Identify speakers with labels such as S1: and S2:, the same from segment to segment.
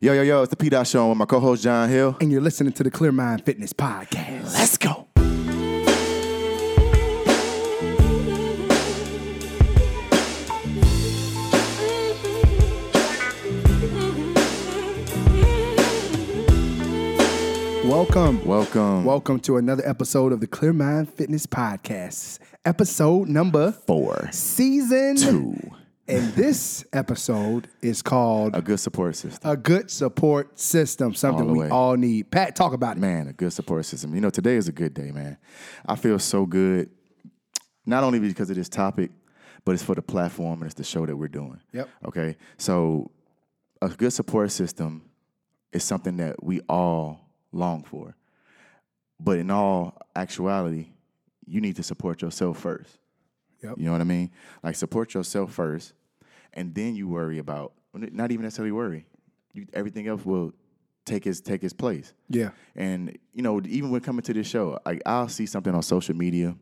S1: Yo, yo, yo, it's the P. Dot Show with my co host, John Hill.
S2: and you're listening to the Clear Mind Fitness Podcast.
S1: Let's go.
S2: Welcome.
S1: Welcome.
S2: Welcome to another episode of the Clear Mind Fitness Podcast. Episode number
S1: Four.
S2: season
S1: Two.
S2: And this episode is called
S1: A good support system.
S2: A Good Support System, something
S1: All the
S2: we
S1: way.
S2: all need. Pat, talk about it.
S1: Man, a good support system. You know, today is a good day, man. I feel so good, not only because of this topic, but it's for the platform and it's the show that we're doing.
S2: Yep.
S1: Okay. So, a good support system is something that we all long for. But in all actuality, you need to support yourself first.
S2: Yep.
S1: You know what I mean? Like support yourself first, and then you worry about not even necessarily worry. You, everything else will take its take its place.
S2: Yeah.
S1: And you know, even when coming to this show, like I'll see something on social media,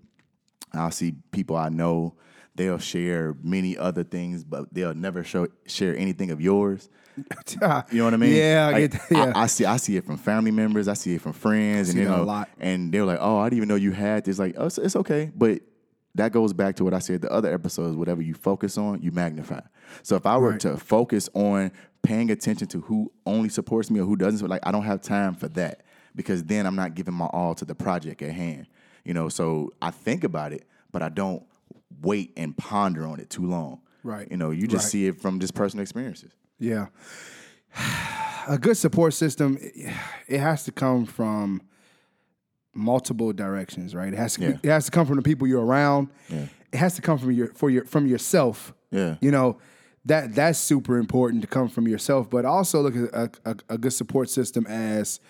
S1: I'll see people I know. They'll share many other things, but they'll never show, share anything of yours. You know what I mean?
S2: Yeah, I
S1: Like,
S2: get- yeah.
S1: I, I see. I see it from family members. I see it from friends,
S2: See
S1: and you
S2: that a
S1: know,
S2: lot.
S1: and they're like, "Oh, I didn't even know you had this." Like, oh, it's, it's okay, but that goes back to what I said the other episodes. Whatever you focus on, you magnify. So if I were to focus on paying attention to who only supports me or who doesn't, like I don't have time for that because then I'm not giving my all to the project at hand. You know, so I think about it, but I don't wait and ponder on it too long.
S2: Right.
S1: You know, you just
S2: Right.
S1: see it from just personal experiences.
S2: Yeah. A good support system, it it has to come from multiple directions, right? It has to
S1: Yeah.
S2: it has to come from the people you're around. It has to come from your for your from yourself.
S1: Yeah.
S2: You know, that that's super important to come from yourself, but also look at a, a, a good support system as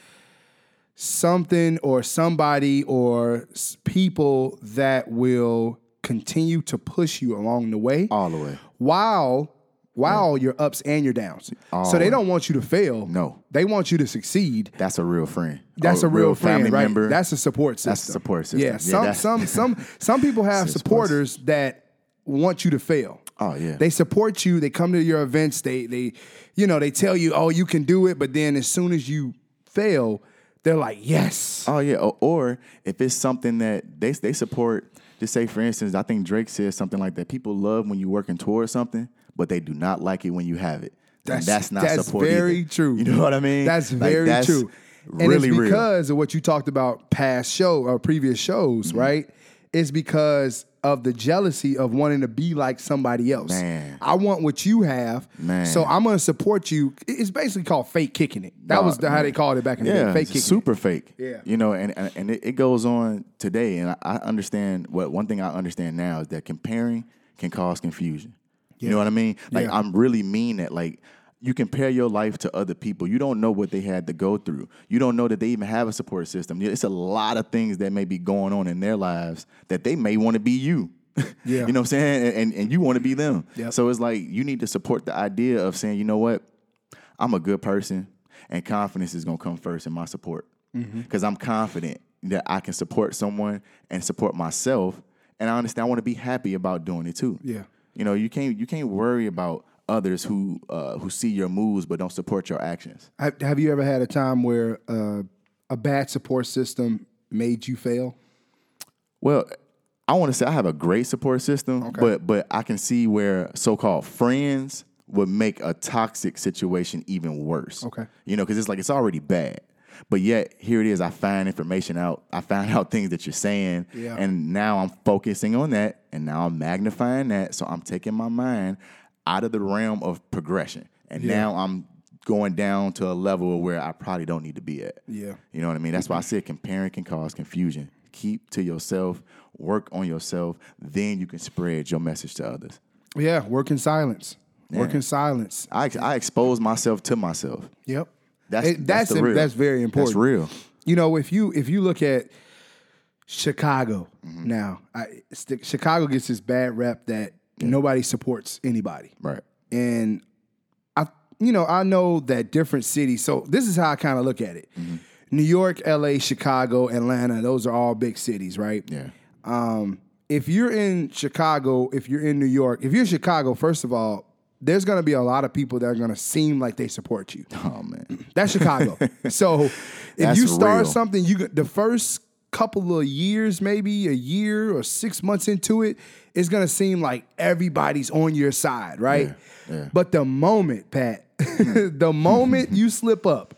S2: something or somebody or s- people that will continue to push you along the way
S1: All the way.
S2: while while your ups and your downs. so they don't want you to fail.
S1: Mm. No.
S2: They want you to succeed.
S1: That's a real friend.
S2: That's
S1: Or
S2: a real, friend,
S1: family
S2: right?
S1: member.
S2: That's a support system.
S1: That's a support system.
S2: Yeah,
S1: Yeah,
S2: some
S1: that's-
S2: some some some people have
S1: support
S2: supporters that want you to fail.
S1: oh yeah.
S2: They support you. They come to your events. They they you know, they tell you, "Oh, you can do it," but then as soon as you fail, they're like, "Yes."
S1: oh yeah. Or, or if it's something that they they support, just say for instance, I think Drake says something like that. People love when you're working towards something, but they do not like it when you have it. That's, that's not
S2: that's
S1: support.
S2: very
S1: either.
S2: true.
S1: You know what I mean?
S2: That's
S1: Like,
S2: very
S1: that's
S2: true. and
S1: Really
S2: it's
S1: real.
S2: because of what you talked about past show or previous shows,
S1: Mm-hmm.
S2: right? It's because of the jealousy of wanting to be like somebody else.
S1: Man.
S2: I want what you have,
S1: Man.
S2: so I'm going to support you. It- It's basically called fake kicking it. That
S1: Nah,
S2: was the, how they called it back in the
S1: Yeah,
S2: day. Fake kicking. it.
S1: super fake.
S2: Yeah.
S1: you know, and and, and it, it goes on today. And I, I understand what one thing I understand now is that comparing can cause confusion. You know what I mean? Like
S2: Yeah.
S1: I'm really mean that like. You compare your life to other people. You don't know what they had to go through. You don't know that they even have a support system. It's a lot of things that may be going on in their lives that they may want to be you.
S2: Yeah.
S1: you know what I'm saying? And and, and you want to be them.
S2: Yep.
S1: So it's like you need to support the idea of saying, you know what? I'm a good person, and confidence is gonna come first in my support because I'm confident that I can support someone and support myself, and I understand I want to be happy about doing it too.
S2: Yeah.
S1: you know, you can't you can't worry about others who uh, who see your moves but don't support your actions.
S2: Have, have you ever had a time where uh, a bad support system made you fail?
S1: Well, I want to say I have a great support system, but but I can see where so-called friends would make a toxic situation even worse.
S2: Okay.
S1: you know, because it's like it's already bad, but yet here it is. I find information out. I find out things that you're saying,
S2: Yeah.
S1: and now I'm focusing on that, and now I'm magnifying that. So I'm taking my mind out of the realm of progression, and now I'm going down to a level where I probably don't need to be at.
S2: Yeah.
S1: You know what I mean? That's why I said comparing can cause confusion. Keep to yourself, work on yourself, then you can spread your message to others.
S2: Yeah, work in silence. Work in silence.
S1: I, I expose myself to myself.
S2: Yep.
S1: That's-
S2: It-
S1: that's
S2: that's
S1: the
S2: im-
S1: real.
S2: that's very important.
S1: That's real.
S2: You know, if you if you look at Chicago now, I, it's the- Chicago gets this bad rep that nobody supports anybody,
S1: Right.
S2: and I you know I know that different cities. So this is how I kind of look at it:
S1: Mm-hmm.
S2: New York, L.A., Chicago, Atlanta. Those are all big cities, right?
S1: Yeah.
S2: Um, if you're in Chicago, if you're in New York, if you're in Chicago, first of all, there's gonna be a lot of people that are gonna seem like they support you.
S1: Oh man,
S2: That's Chicago. so if
S1: That's
S2: you start
S1: real.
S2: something, you the first couple of years, maybe a year or six months into it, it's gonna seem like everybody's on your side, right?
S1: Yeah, yeah.
S2: But the moment, Pat, the moment you slip up,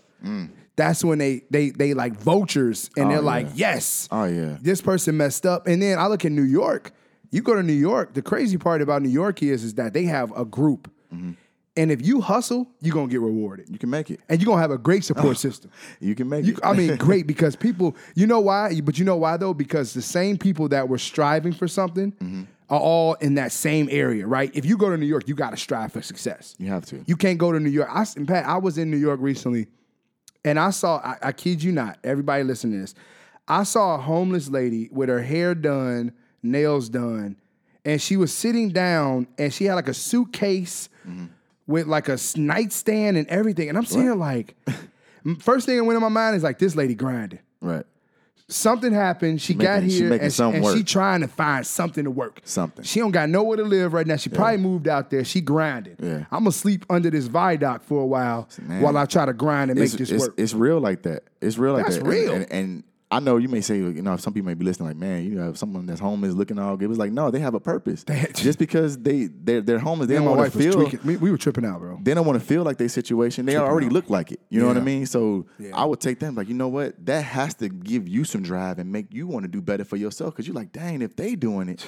S2: that's when they they they like vultures and they're like, yes,
S1: oh yeah,
S2: this person messed up. And then I look in New York. You go to New York. The crazy part about New York is is that they have a group.
S1: Mm-hmm.
S2: And if you hustle, you're gonna get rewarded
S1: you can make it.
S2: and you're gonna have a great
S1: Oh.
S2: support system.
S1: You can make
S2: You,
S1: it.
S2: I mean, great because people, you know why? But you know why though? Because the same people that were striving for something
S1: Mm-hmm.
S2: are all in that same area, right? If you go to New York, you gotta strive for success.
S1: you have to.
S2: You can't go to New York. I, s- in fact, I was in New York recently, and I saw. I, I kid you not. Everybody listen to this. I saw a homeless lady with her hair done, nails done, and she was sitting down, and she had like a suitcase with like a s- nightstand and everything. And I'm sitting there like, first thing that went in my mind is like, this lady grinding
S1: right.
S2: something happened. She got
S1: making- she
S2: here
S1: making
S2: and, she,
S1: something
S2: and she
S1: work.
S2: trying to find something to work.
S1: Something.
S2: She don't got nowhere to live right now. She probably moved out there. She grinded.
S1: Yeah.
S2: I'm gonna sleep under this viaduct for a while
S1: Man.
S2: while I try to grind and make
S1: it's,
S2: this
S1: it's,
S2: work.
S1: It's real like that. It's real like
S2: That's
S1: that.
S2: real.
S1: And, and, and I know you may say, you know, some people may be listening, like, man, you have someone that's homeless looking all good. It's like, no, they have a purpose. Just because they they're, they're homeless, they
S2: And
S1: don't
S2: my
S1: want
S2: wife
S1: to
S2: was
S1: feel.
S2: tweaking. We, we were tripping out, bro.
S1: They don't want to feel like their situation. They already look like it. You know what I
S2: Yeah.
S1: mean? So I would take them like, you know what? That has to give you some drive and make you want to do better for yourself. Because you're like, dang, if they doing it,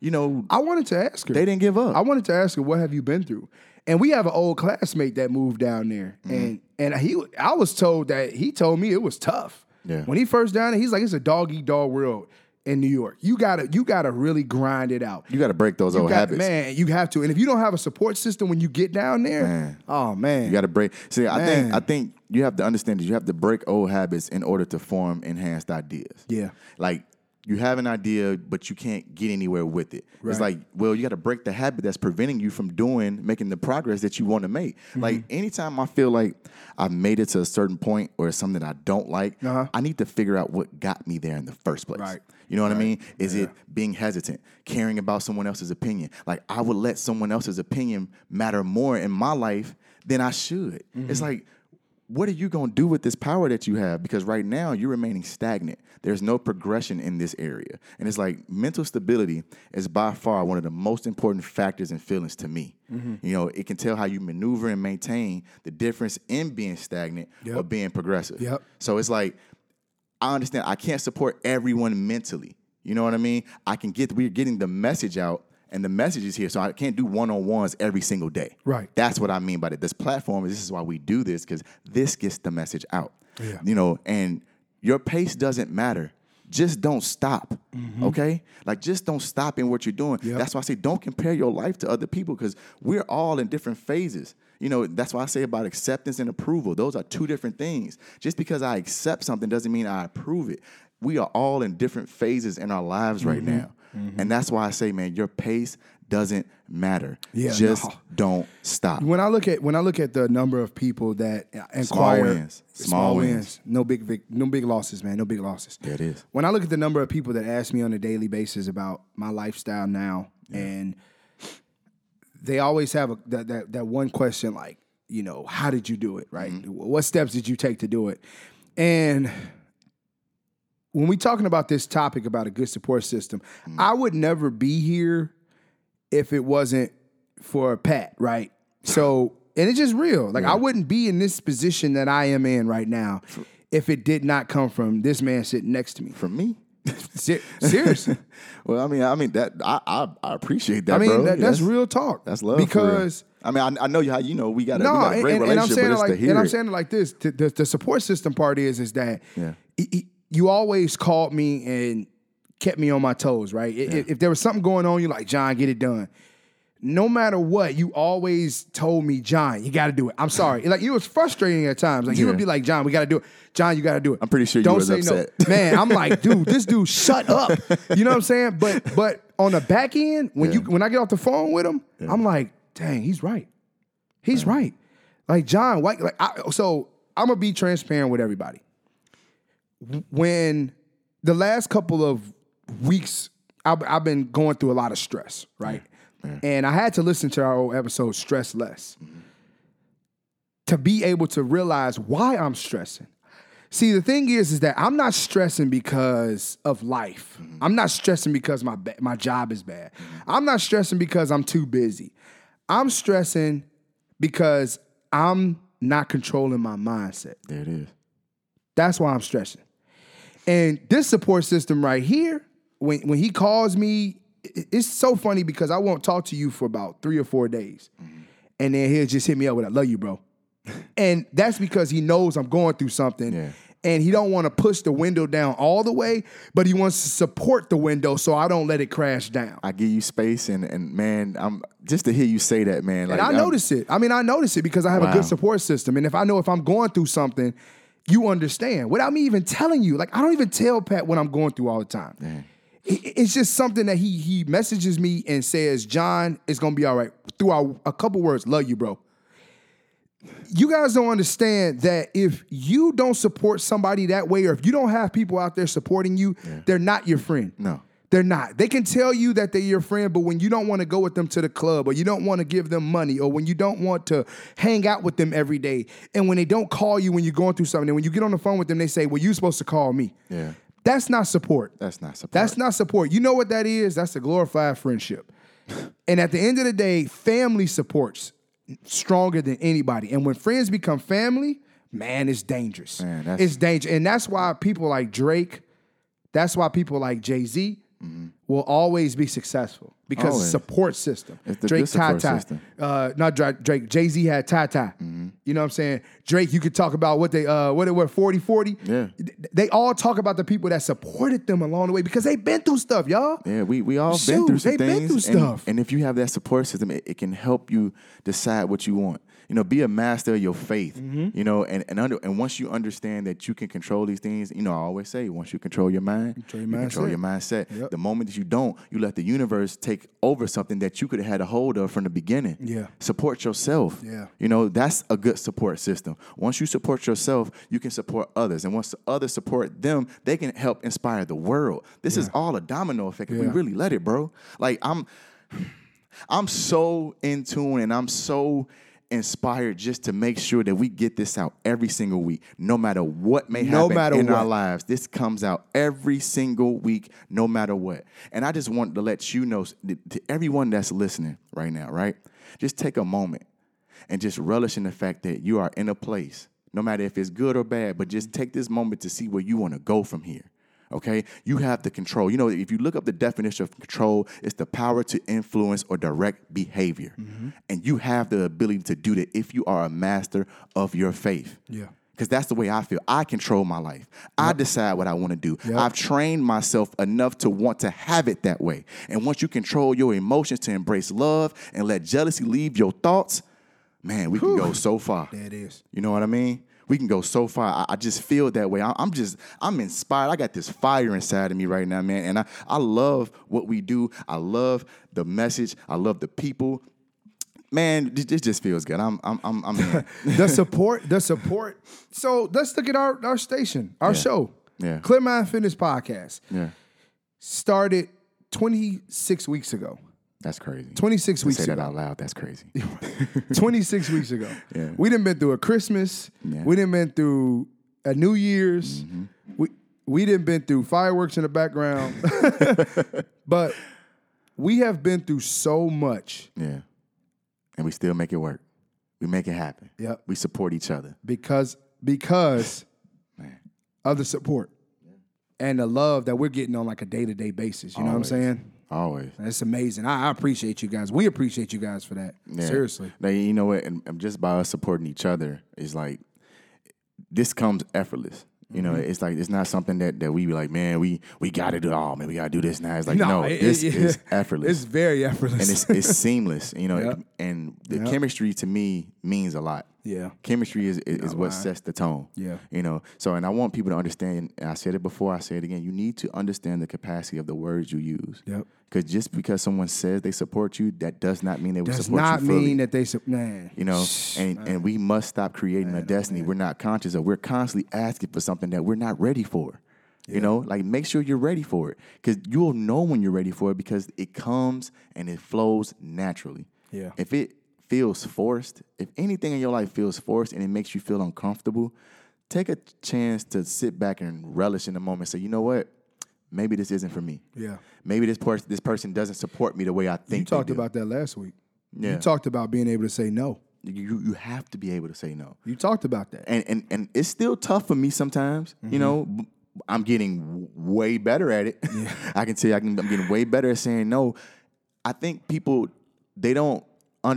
S1: you know,
S2: I wanted to ask her.
S1: they didn't give up.
S2: I wanted to ask her, what have you been through? And we have an old classmate that moved down there,
S1: Mm-hmm.
S2: and and he, I was told that he told me it was tough.
S1: Yeah.
S2: When he first down there, he's like, it's a dog eat dog world in New York. You gotta, you gotta really grind it out.
S1: you got to break those old
S2: got-
S1: habits.
S2: Man, you have to. And if you don't have a support system when you get down there,
S1: Man.
S2: oh man.
S1: You got to break. See, I
S2: Man.
S1: think I think you have to understand that you have to break old habits in order to form enhanced ideas.
S2: Yeah.
S1: like you have an idea, but you can't get anywhere with it.
S2: Right.
S1: It's like, well, you got to break the habit that's preventing you from doing, making the progress that you want to make.
S2: Mm-hmm.
S1: Like anytime I feel like I've made it to a certain point or it's something I don't like,
S2: Uh-huh.
S1: I need to figure out what got me there in the first place.
S2: Right.
S1: You know what I mean? Is it being hesitant, caring about someone else's opinion? Like I would let someone else's opinion matter more in my life than I should. It's
S2: Mm-hmm.
S1: like, what are you gonna do with this power that you have? Because right now you're remaining stagnant. There's no progression in this area. And it's like mental stability is by far one of the most important factors and feelings to me.
S2: Mm-hmm.
S1: You know, it can tell how you maneuver and maintain the difference in being stagnant or
S2: Yep.
S1: being progressive.
S2: Yep.
S1: So it's like I understand I can't support everyone mentally. You know what I mean? I can get we're getting the message out and the message is here. So I can't do one-on-ones every single day.
S2: Right.
S1: That's what I mean by it. This platform is this is why we do this, because this gets the message out.
S2: Yeah.
S1: You know, and your pace doesn't matter. Just don't stop.
S2: Mm-hmm.
S1: Okay? Like just don't stop in what you're doing. That's why I say don't compare your life to other people because we're all in different phases. You know, that's why I say about acceptance and approval. Those are two different things. Just because I accept something doesn't mean I approve it. We are all in different phases in our lives right
S2: Mm-hmm.
S1: now. And that's why I say, man, your pace doesn't matter.
S2: Yeah,
S1: Just
S2: no.
S1: don't stop.
S2: when I look at when I look at the number of people that inquire,
S1: wins. Small wins.
S2: no big, vic- no big losses, man, no big losses.
S1: There it is.
S2: When I look at the number of people that ask me on a daily basis about my lifestyle now, and they always have a, that, that that one question, like you know, how did you do it, right?
S1: Mm-hmm.
S2: What steps did you take to do it? And when we talking about this topic about a good support system,
S1: Mm.
S2: I would never be here if it wasn't for Pat, right? So, and it's just real. Like I wouldn't be in this position that I am in right now if it did not come from this man sitting next to me.
S1: From me?
S2: Ser- seriously.
S1: Well, I mean, I mean that I I, I appreciate that.
S2: I mean,
S1: bro.
S2: that, that's real talk.
S1: That's love. for real.
S2: Because
S1: I mean, I, I know you how you know we got a, we
S2: no,
S1: got a
S2: and,
S1: great
S2: and- and I'm
S1: relationship,
S2: saying it
S1: but it's
S2: like,
S1: to hear
S2: and I'm
S1: it.
S2: saying it like this: the, the, the support system part is is that
S1: Yeah.
S2: i- i- you always called me and kept me on my toes, right? I- i- If there was something going on, you're like, John, get it done. No matter what, you always told me, John, you got to do it. I'm sorry, like it was frustrating at times. Like you would
S1: Yeah.
S2: be like, John, we got to do it. John, you got to do it. I'm
S1: pretty sure you
S2: don't
S1: was
S2: say no,
S1: upset.
S2: man. I'm like, dude, this dude, shut up. You know what I'm saying? But but on the back end, when you when I get off the phone with him, I'm like, dang, he's right. He's right. Like John White. Like I, so, I'm gonna be transparent with everybody. When the last couple of weeks, I've, I've been going through a lot of stress, right? And I had to listen to our old episode, Stress Less, to be able to realize why I'm stressing. See, the thing is, is that I'm not stressing because of life. I'm not stressing because my ba- my job is bad. I'm not stressing because I'm too busy. I'm stressing because I'm not controlling my mindset.
S1: There it is.
S2: That's why I'm stressing. And this support system right here, when when he calls me, i- it's so funny because I won't talk to you for about three or four days, and then he'll just hit me up with "I love you, bro," and that's because he knows I'm going through something.
S1: Yeah.
S2: And he don't want to push the window down all the way, but he wants to support the window so I don't let it crash down.
S1: I give you space, and and man, I'm just to hear you say that, man. Like
S2: And I
S1: I'm-
S2: notice it. I mean, I notice it because I have a
S1: Wow.
S2: good support system. And if I know if I'm going through something, you understand without me even telling you. Like I don't even tell Pat what I'm going through all the time. I- I- It's just something that he he messages me and says, "John, it's gonna be all right." Through our, a couple words, love you, bro. You guys don't understand that if you don't support somebody that way, or if you don't have people out there supporting you, they're not your friend.
S1: No.
S2: They're not. They can tell you that they're your friend, but when you don't want to go with them to the club, or you don't want to give them money, or when you don't want to hang out with them every day, and when they don't call you when you're going through something, and when you get on the phone with them, they say, Well, you're supposed to call me.
S1: Yeah.
S2: That's not support.
S1: That's not support.
S2: That's not support. You know what that is? That's a glorified friendship. and at the end of the day, family supports stronger than anybody. And when friends become family, man, it's dangerous.
S1: Man, that's-
S2: it's dangerous. And that's why people like Drake, that's why people like Jay Z will always be successful because
S1: Mm-hmm. Always.
S2: support system.
S1: It's the
S2: Drake
S1: good support
S2: Ty-Ty.
S1: system. Mm-hmm.
S2: Uh, not Dra- Drake. Jay Z had Ty Ty. You know what I'm saying? Drake, you could talk about what they uh what it were 40 40.
S1: Yeah.
S2: They all talk about the people that supported them along the way because they've been through stuff, y'all.
S1: Yeah, we we all
S2: Shoot,
S1: been through some
S2: they been
S1: things,
S2: through
S1: and,
S2: stuff.
S1: and if you have that support system, it, it can help you decide what you want. You know, be a master of your faith.
S2: Mm-hmm.
S1: You know, and and under, and once you understand that you can control these things, you know, I always say, once you control your mind,
S2: Control your
S1: you control
S2: mindset.
S1: your mindset. The moment that you don't, you let the universe take over something that you could have had a hold of from the beginning.
S2: Yeah.
S1: support yourself.
S2: Yeah.
S1: You know, that's a good support system. Once you support yourself, you can support others. And once the others support them, they can help inspire the world. This is all a domino effect if we
S2: Yeah.
S1: really let it, bro. Like I'm I'm so in tune and I'm so inspired just to make sure that we get this out every single week, no matter what may
S2: No
S1: happen
S2: matter
S1: in our
S2: what.
S1: lives. This comes out every single week, no matter what. And I just want to let you know, to everyone that's listening right now, right? Just take a moment and just relish in the fact that you are in a place, no matter if it's good or bad, but just take this moment to see where you want to go from here. Okay, you have the control. You know, if you look up the definition of control, it's the power to influence or direct behavior. And you have the ability to do that if you are a master of your faith.
S2: Yeah.
S1: Because that's the way I feel. I control my life. I decide what I want to do. I've trained myself enough to want to have it that way. And once you control your emotions to embrace love and let jealousy leave your thoughts, man, we can go so far.
S2: There it is.
S1: You know what I mean? We can go so far. I, I just feel that way. I, am just, I'm inspired. I got this fire inside of me right now, man. And I, I love what we do. I love the message. I love the people. Man, it, it just feels good. I'm, I'm, I'm, I'm in.
S2: the support, the support. So let's look at our, our station, our show.
S1: Yeah.
S2: Clear Mind Fitness Podcast.
S1: yeah,
S2: Started 26 weeks ago.
S1: that's crazy.
S2: 26 weeks
S1: Say
S2: ago.
S1: that out loud. That's crazy.
S2: 26 weeks ago.
S1: Yeah.
S2: We didn't been through a Christmas.
S1: Yeah. Mm-hmm.
S2: We didn't been through a New Year's. We we didn't been through fireworks in the background. but we have been through so much
S1: Yeah. And we still make it work. We make it happen.
S2: Yep.
S1: We support each other.
S2: because because of the support and the love that we're getting on like a day-to-day basis. You know
S1: Always.
S2: what I'm saying?
S1: Always.
S2: It's amazing. I, I appreciate you guys. We appreciate you guys for that.
S1: Yeah.
S2: Seriously.
S1: Like, you know what? And, and just by us supporting each other is like this comes effortless. You know, it's like it's not something that that we be like, man, we we gotta do all, man, we gotta do this now. It's like, no,
S2: it-
S1: this
S2: it-
S1: is effortless.
S2: It's very effortless.
S1: and it's it's seamless, you know.
S2: Yep.
S1: And the
S2: Yep.
S1: chemistry to me means a lot.
S2: Yeah.
S1: chemistry is is, is what sets the tone.
S2: Yeah.
S1: you know. So, and I want people to understand. And I said it before. I say it again. You need to understand the capacity of the words you use.
S2: Yep.
S1: Because just because someone says they support you, that does not mean they will
S2: does
S1: support
S2: not
S1: you fully.
S2: mean that they su- man.
S1: you know, and, and we must stop creating a destiny we're not conscious of. We're constantly asking for something that we're not ready for. You know, like make sure you're ready for it because you'll know when you're ready for it because it comes and it flows naturally.
S2: Yeah.
S1: If it feels forced, if anything in your life feels forced and it makes you feel uncomfortable, take a chance to sit back and relish in the moment. Say, you know what? Maybe this isn't for me.
S2: Yeah.
S1: Maybe this person this person doesn't support me the way I think. they
S2: You talked
S1: do.
S2: about that last week.
S1: Yeah.
S2: You talked about being able to say no.
S1: you you have to be able to say no.
S2: You talked about that.
S1: and and and it's still tough for me sometimes.
S2: Mm-hmm.
S1: You know, b- I'm getting w- way better at it. I can tell you, I can, I'm getting way better at saying no. I think people they don't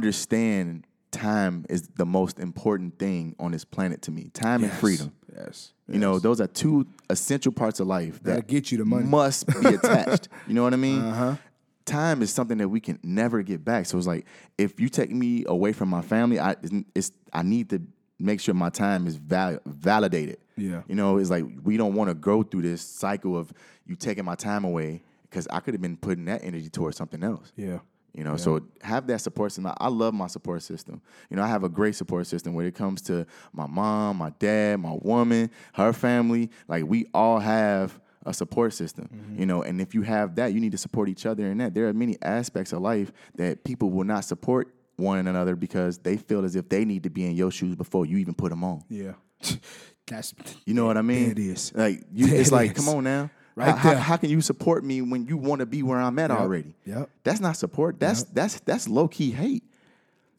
S1: understand time is the most important thing on this planet to me. Time and freedom.
S2: Yes.
S1: You know, those are two essential parts of life
S2: That'll
S1: that
S2: get you the money. Uh-huh.
S1: must be attached. you know what I mean? Time is something that we can never get back. So it's like if you take me away from my family, I it's I need to make sure my time is val- validated.
S2: Yeah.
S1: you know, it's like we don't want to go through this cycle of you taking my time away because I could have been putting that energy towards something else.
S2: Yeah.
S1: You know, so have that support system. I- I love my support system. You know, I have a great support system when it comes to my mom, my dad, my woman, her family. Like we all have a support system. You know, and if you have that, you need to support each other in that. There are many aspects of life that people will not support one another because they feel as if they need to be in your shoes before you even put them on.
S2: Yeah. That's
S1: You know what I mean?
S2: it is.
S1: Like you,
S2: There
S1: it's
S2: it
S1: like,
S2: is.
S1: come on now.
S2: Right
S1: how,
S2: there.
S1: How, how can you support me when you want to be where I'm at already?
S2: Yep.
S1: That's not support. That's that's that's low key hate.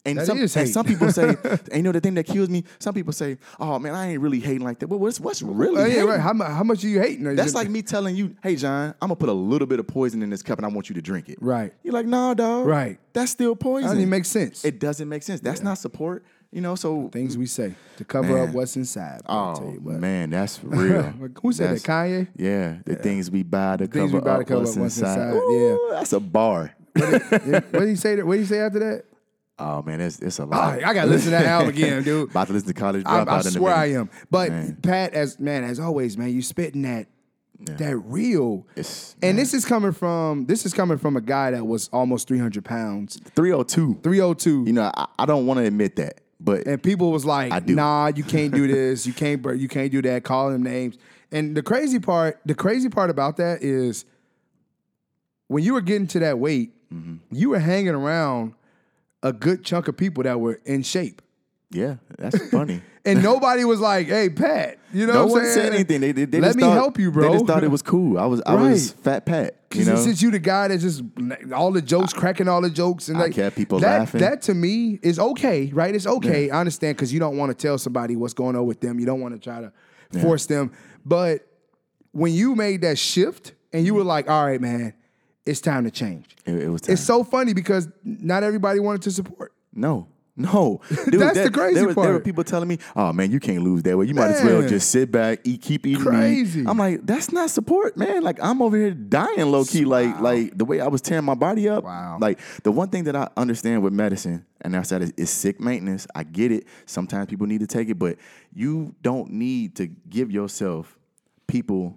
S1: And
S2: That
S1: some
S2: is
S1: and
S2: hate.
S1: some people say, and you know the thing that kills me. Some people say, "Oh man, I ain't really hating like that." Well, what's what's really?
S2: Oh, yeah,
S1: hating?
S2: right. How, mu- how much are you hating?
S1: That's like me telling you, "Hey John, I'm gonna put a little bit of poison in this cup and I want you to drink it."
S2: Right.
S1: You're like, "Nah, dog.
S2: Right.
S1: That's still poison.
S2: That doesn't even make sense.
S1: It doesn't make sense. That's not support. You know. So
S2: Things we say to cover up
S1: Man.
S2: what's inside. I'll tell
S1: Oh
S2: you what.
S1: man, that's real.
S2: Like, who said that? Kanye?
S1: Yeah, the things we buy to
S2: Things
S1: cover
S2: we buy to
S1: up
S2: cover
S1: what's
S2: up what's
S1: inside.
S2: inside, yeah.
S1: Ooh, that's a bar.
S2: what did he say? That, what did he say after that?
S1: Oh man, it's it's a
S2: All
S1: lot.
S2: right, I gotta listen to that album again, dude.
S1: About to listen to college
S2: I,
S1: dropout.
S2: I
S1: in a
S2: swear I
S1: minute.
S2: am. But
S1: Man.
S2: Pat, as man, as always, man, you spitting that that real.
S1: It's
S2: and this is coming from this is coming from a guy that was almost three hundred pounds,
S1: three hundred two.
S2: three hundred two.
S1: You know, I, I don't want to admit that, but
S2: and people was like,
S1: do.
S2: "Nah, you can't do this. You can't. bur- You can't do that." Calling them names. And the crazy part, the crazy part about that is, when you were getting to that weight,
S1: Mm-hmm.
S2: you were hanging around a good chunk of people that were in shape,
S1: yeah, that's funny.
S2: and nobody was like, "Hey, Pat, you know."
S1: no
S2: what
S1: one
S2: I'm saying?
S1: said anything. They, they, they
S2: Let
S1: just
S2: me
S1: thought-
S2: help you, bro.
S1: They just thought it was cool. I was I was
S2: Right.
S1: fat Pat. You
S2: Because
S1: know,
S2: since you the guy that's just all the jokes, cracking all the jokes, and
S1: I
S2: like
S1: kept people
S2: that,
S1: laughing.
S2: That to me is okay, right? It's okay. I understand because you don't want to tell somebody what's going on with them. You don't want to try to force them. But when you made that shift and you were like, "All right, man, it's time to change,"
S1: it, it was. Time.
S2: it's so funny because not everybody wanted to support.
S1: No. No, Dude,
S2: That's the crazy
S1: there was- There were
S2: part.
S1: people telling me, "Oh man, you can't lose that way. You might as well
S2: Man.
S1: just sit back, eat, keep eating." meat."
S2: Crazy.
S1: I'm like, that's not support, man. Like I'm over here dying low key. Like like the way I was tearing my body up.
S2: Wow.
S1: Like the one thing that I understand with medicine, and that's that is, is sick maintenance. I get it. Sometimes people need to take it, but you don't need to give yourself people.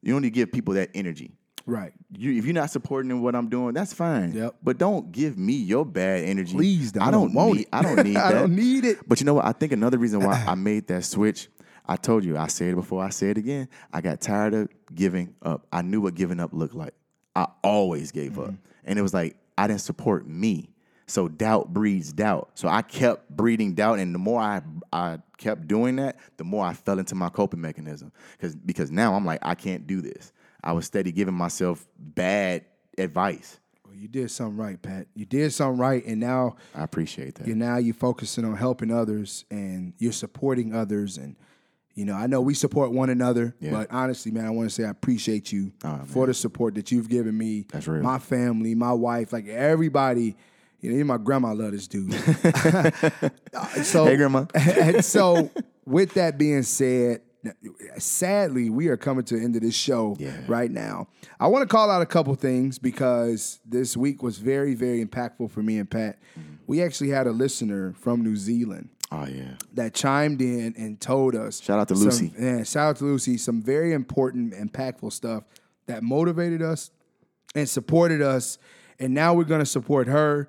S1: You don't need to give people that energy
S2: Right?
S1: you if you're not supporting what I'm doing, that's fine.
S2: Yep.
S1: But don't give me your bad energy.
S2: Please don't.
S1: I don't
S2: Want
S1: need,
S2: it.
S1: I don't need
S2: I
S1: that.
S2: don't need it.
S1: But you know what? I think another reason why I made that switch, I told you, I said it before, I say it again. I got tired of giving up. I knew what giving up looked like. I always gave up.
S2: Mm-hmm.
S1: And it was like, I didn't support me. So doubt breeds doubt. So I kept breeding doubt. And the more I, I kept doing that, the more I fell into my coping mechanism. Cause, because now I'm like, I can't do this. I was steady giving myself bad advice.
S2: Well, you did something right, Pat. You did something right, and now
S1: I appreciate that.
S2: you're now you're focusing on helping others and you're supporting others and you know i know we support one another but honestly man i want to say i appreciate you for the support that you've given me
S1: Oh, That's real.
S2: my family my wife like everybody you know even my grandma love this dude so
S1: Hey, Grandma.
S2: and so with that being said sadly we are coming to the end of this show right now i want to call out a couple things because this week was very very impactful for me and pat we actually had a listener from new zealand
S1: Oh yeah.
S2: that chimed in and told us
S1: Shout out to
S2: some-
S1: Lucy.
S2: yeah, shout out to Lucy. Some very important, impactful stuff that motivated us and supported us. And now we're going to support her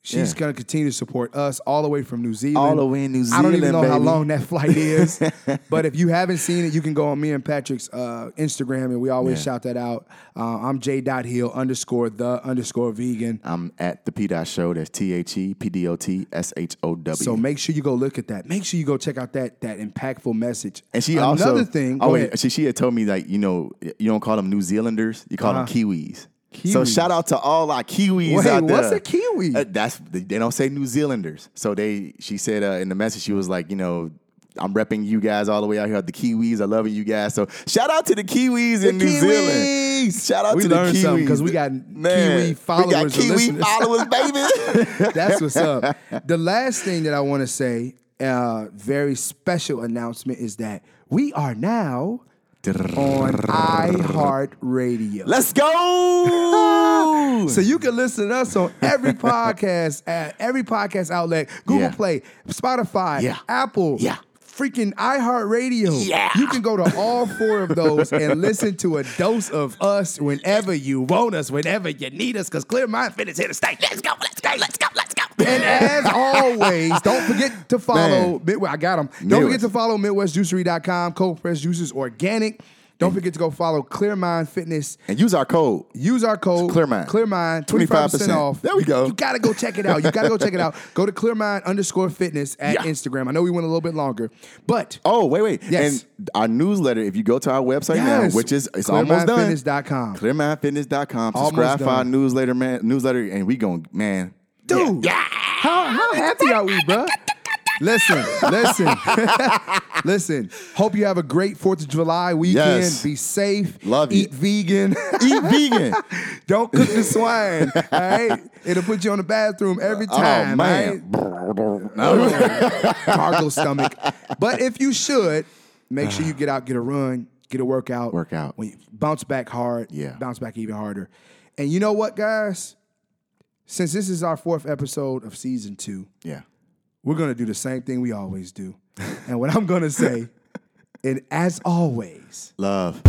S2: She's
S1: Yeah.
S2: gonna continue to support us all the way from New Zealand.
S1: All the way in New
S2: I don't even
S1: Zealand,
S2: know how
S1: baby.
S2: long that flight is, but if you haven't seen it, you can go on me and Patrick's uh, Instagram, and we always
S1: Yeah.
S2: shout that out. Uh, I'm J. Dot Hill underscore the underscore vegan.
S1: I'm at the P Dot Show. That's T H E P D O T S H O W.
S2: So make sure you go look at that. Make sure you go check out that that impactful message.
S1: And she
S2: another
S1: also
S2: thing.
S1: Oh
S2: go
S1: wait,
S2: ahead.
S1: she she had told me like you know you don't call them New Zealanders, you call them Kiwis. So
S2: Uh-huh. Kiwis.
S1: shout out to all our Kiwis
S2: Wait,
S1: out there.
S2: what's a Kiwi?
S1: Uh, that's they don't say New Zealanders. So they she said uh, in the message she was like you know. I'm repping you guys all the way out here. The Kiwis, I love you guys. So shout out to the Kiwis in New Zealand.
S2: Kiwis!
S1: Shout out
S2: We
S1: to the
S2: learned
S1: Kiwis
S2: something 'cause we got Kiwi
S1: We got
S2: followers and
S1: Kiwi
S2: listeners.
S1: followers, baby.
S2: That's what's up. The last thing that I want to say, uh, very special announcement, is that we are now on iHeartRadio.
S1: Let's go.
S2: So you can listen to us on every podcast at every podcast outlet, Google
S1: Yeah.
S2: Play, Spotify,
S1: Yeah.
S2: Apple,
S1: Yeah.
S2: freaking iHeartRadio.
S1: Yeah.
S2: You can go to all four of those and listen to a dose of us whenever you want us, whenever you need us, because Clear Mind Fit is here to stay. Let's go, let's go, let's go, let's go. And as always, don't forget to follow
S1: Man.
S2: Midwest. I got them. Don't forget
S1: Midwest.
S2: to follow MidwestJuicery.com, Cold Press Juices Organic.
S1: Mm.
S2: Don't forget to go follow Clear Mind Fitness
S1: and use our code.
S2: Use our code
S1: Clearmind.
S2: Clearmind, 25%
S1: 25%
S2: off.
S1: There we go.
S2: You gotta go check it out. You gotta go check it out. Go to Clearmind underscore fitness at
S1: Yeah.
S2: Instagram. I know we went a little bit longer, but
S1: Oh, wait, wait.
S2: Yes.
S1: And our newsletter, if you go to our website
S2: Yes.
S1: now, which is it's almost done.
S2: clearmindfitness.com.
S1: Clearmindfitness.com.
S2: Almost
S1: Subscribe for our
S2: done.
S1: newsletter, man. Newsletter, and we going, man.
S2: Dude, how, how happy are we, bruh? Listen, listen, listen. Hope you have a great 4th of July weekend.
S1: Yes.
S2: Be safe.
S1: Love
S2: Eat
S1: it.
S2: vegan.
S1: Eat vegan.
S2: Don't cook the swine, all right? It'll put you on the bathroom every time,
S1: oh,
S2: all right?
S1: man. No.
S2: gargle Oh. stomach. But if you should, make sure you get out, get a run, get a workout.
S1: Workout.
S2: When you bounce back hard.
S1: Yeah.
S2: Bounce back even harder. And you know what, guys? Since this is our fourth episode of season two,
S1: Yeah.
S2: we're gonna do the same thing we always do. and what I'm gonna say, and as always,
S1: Love.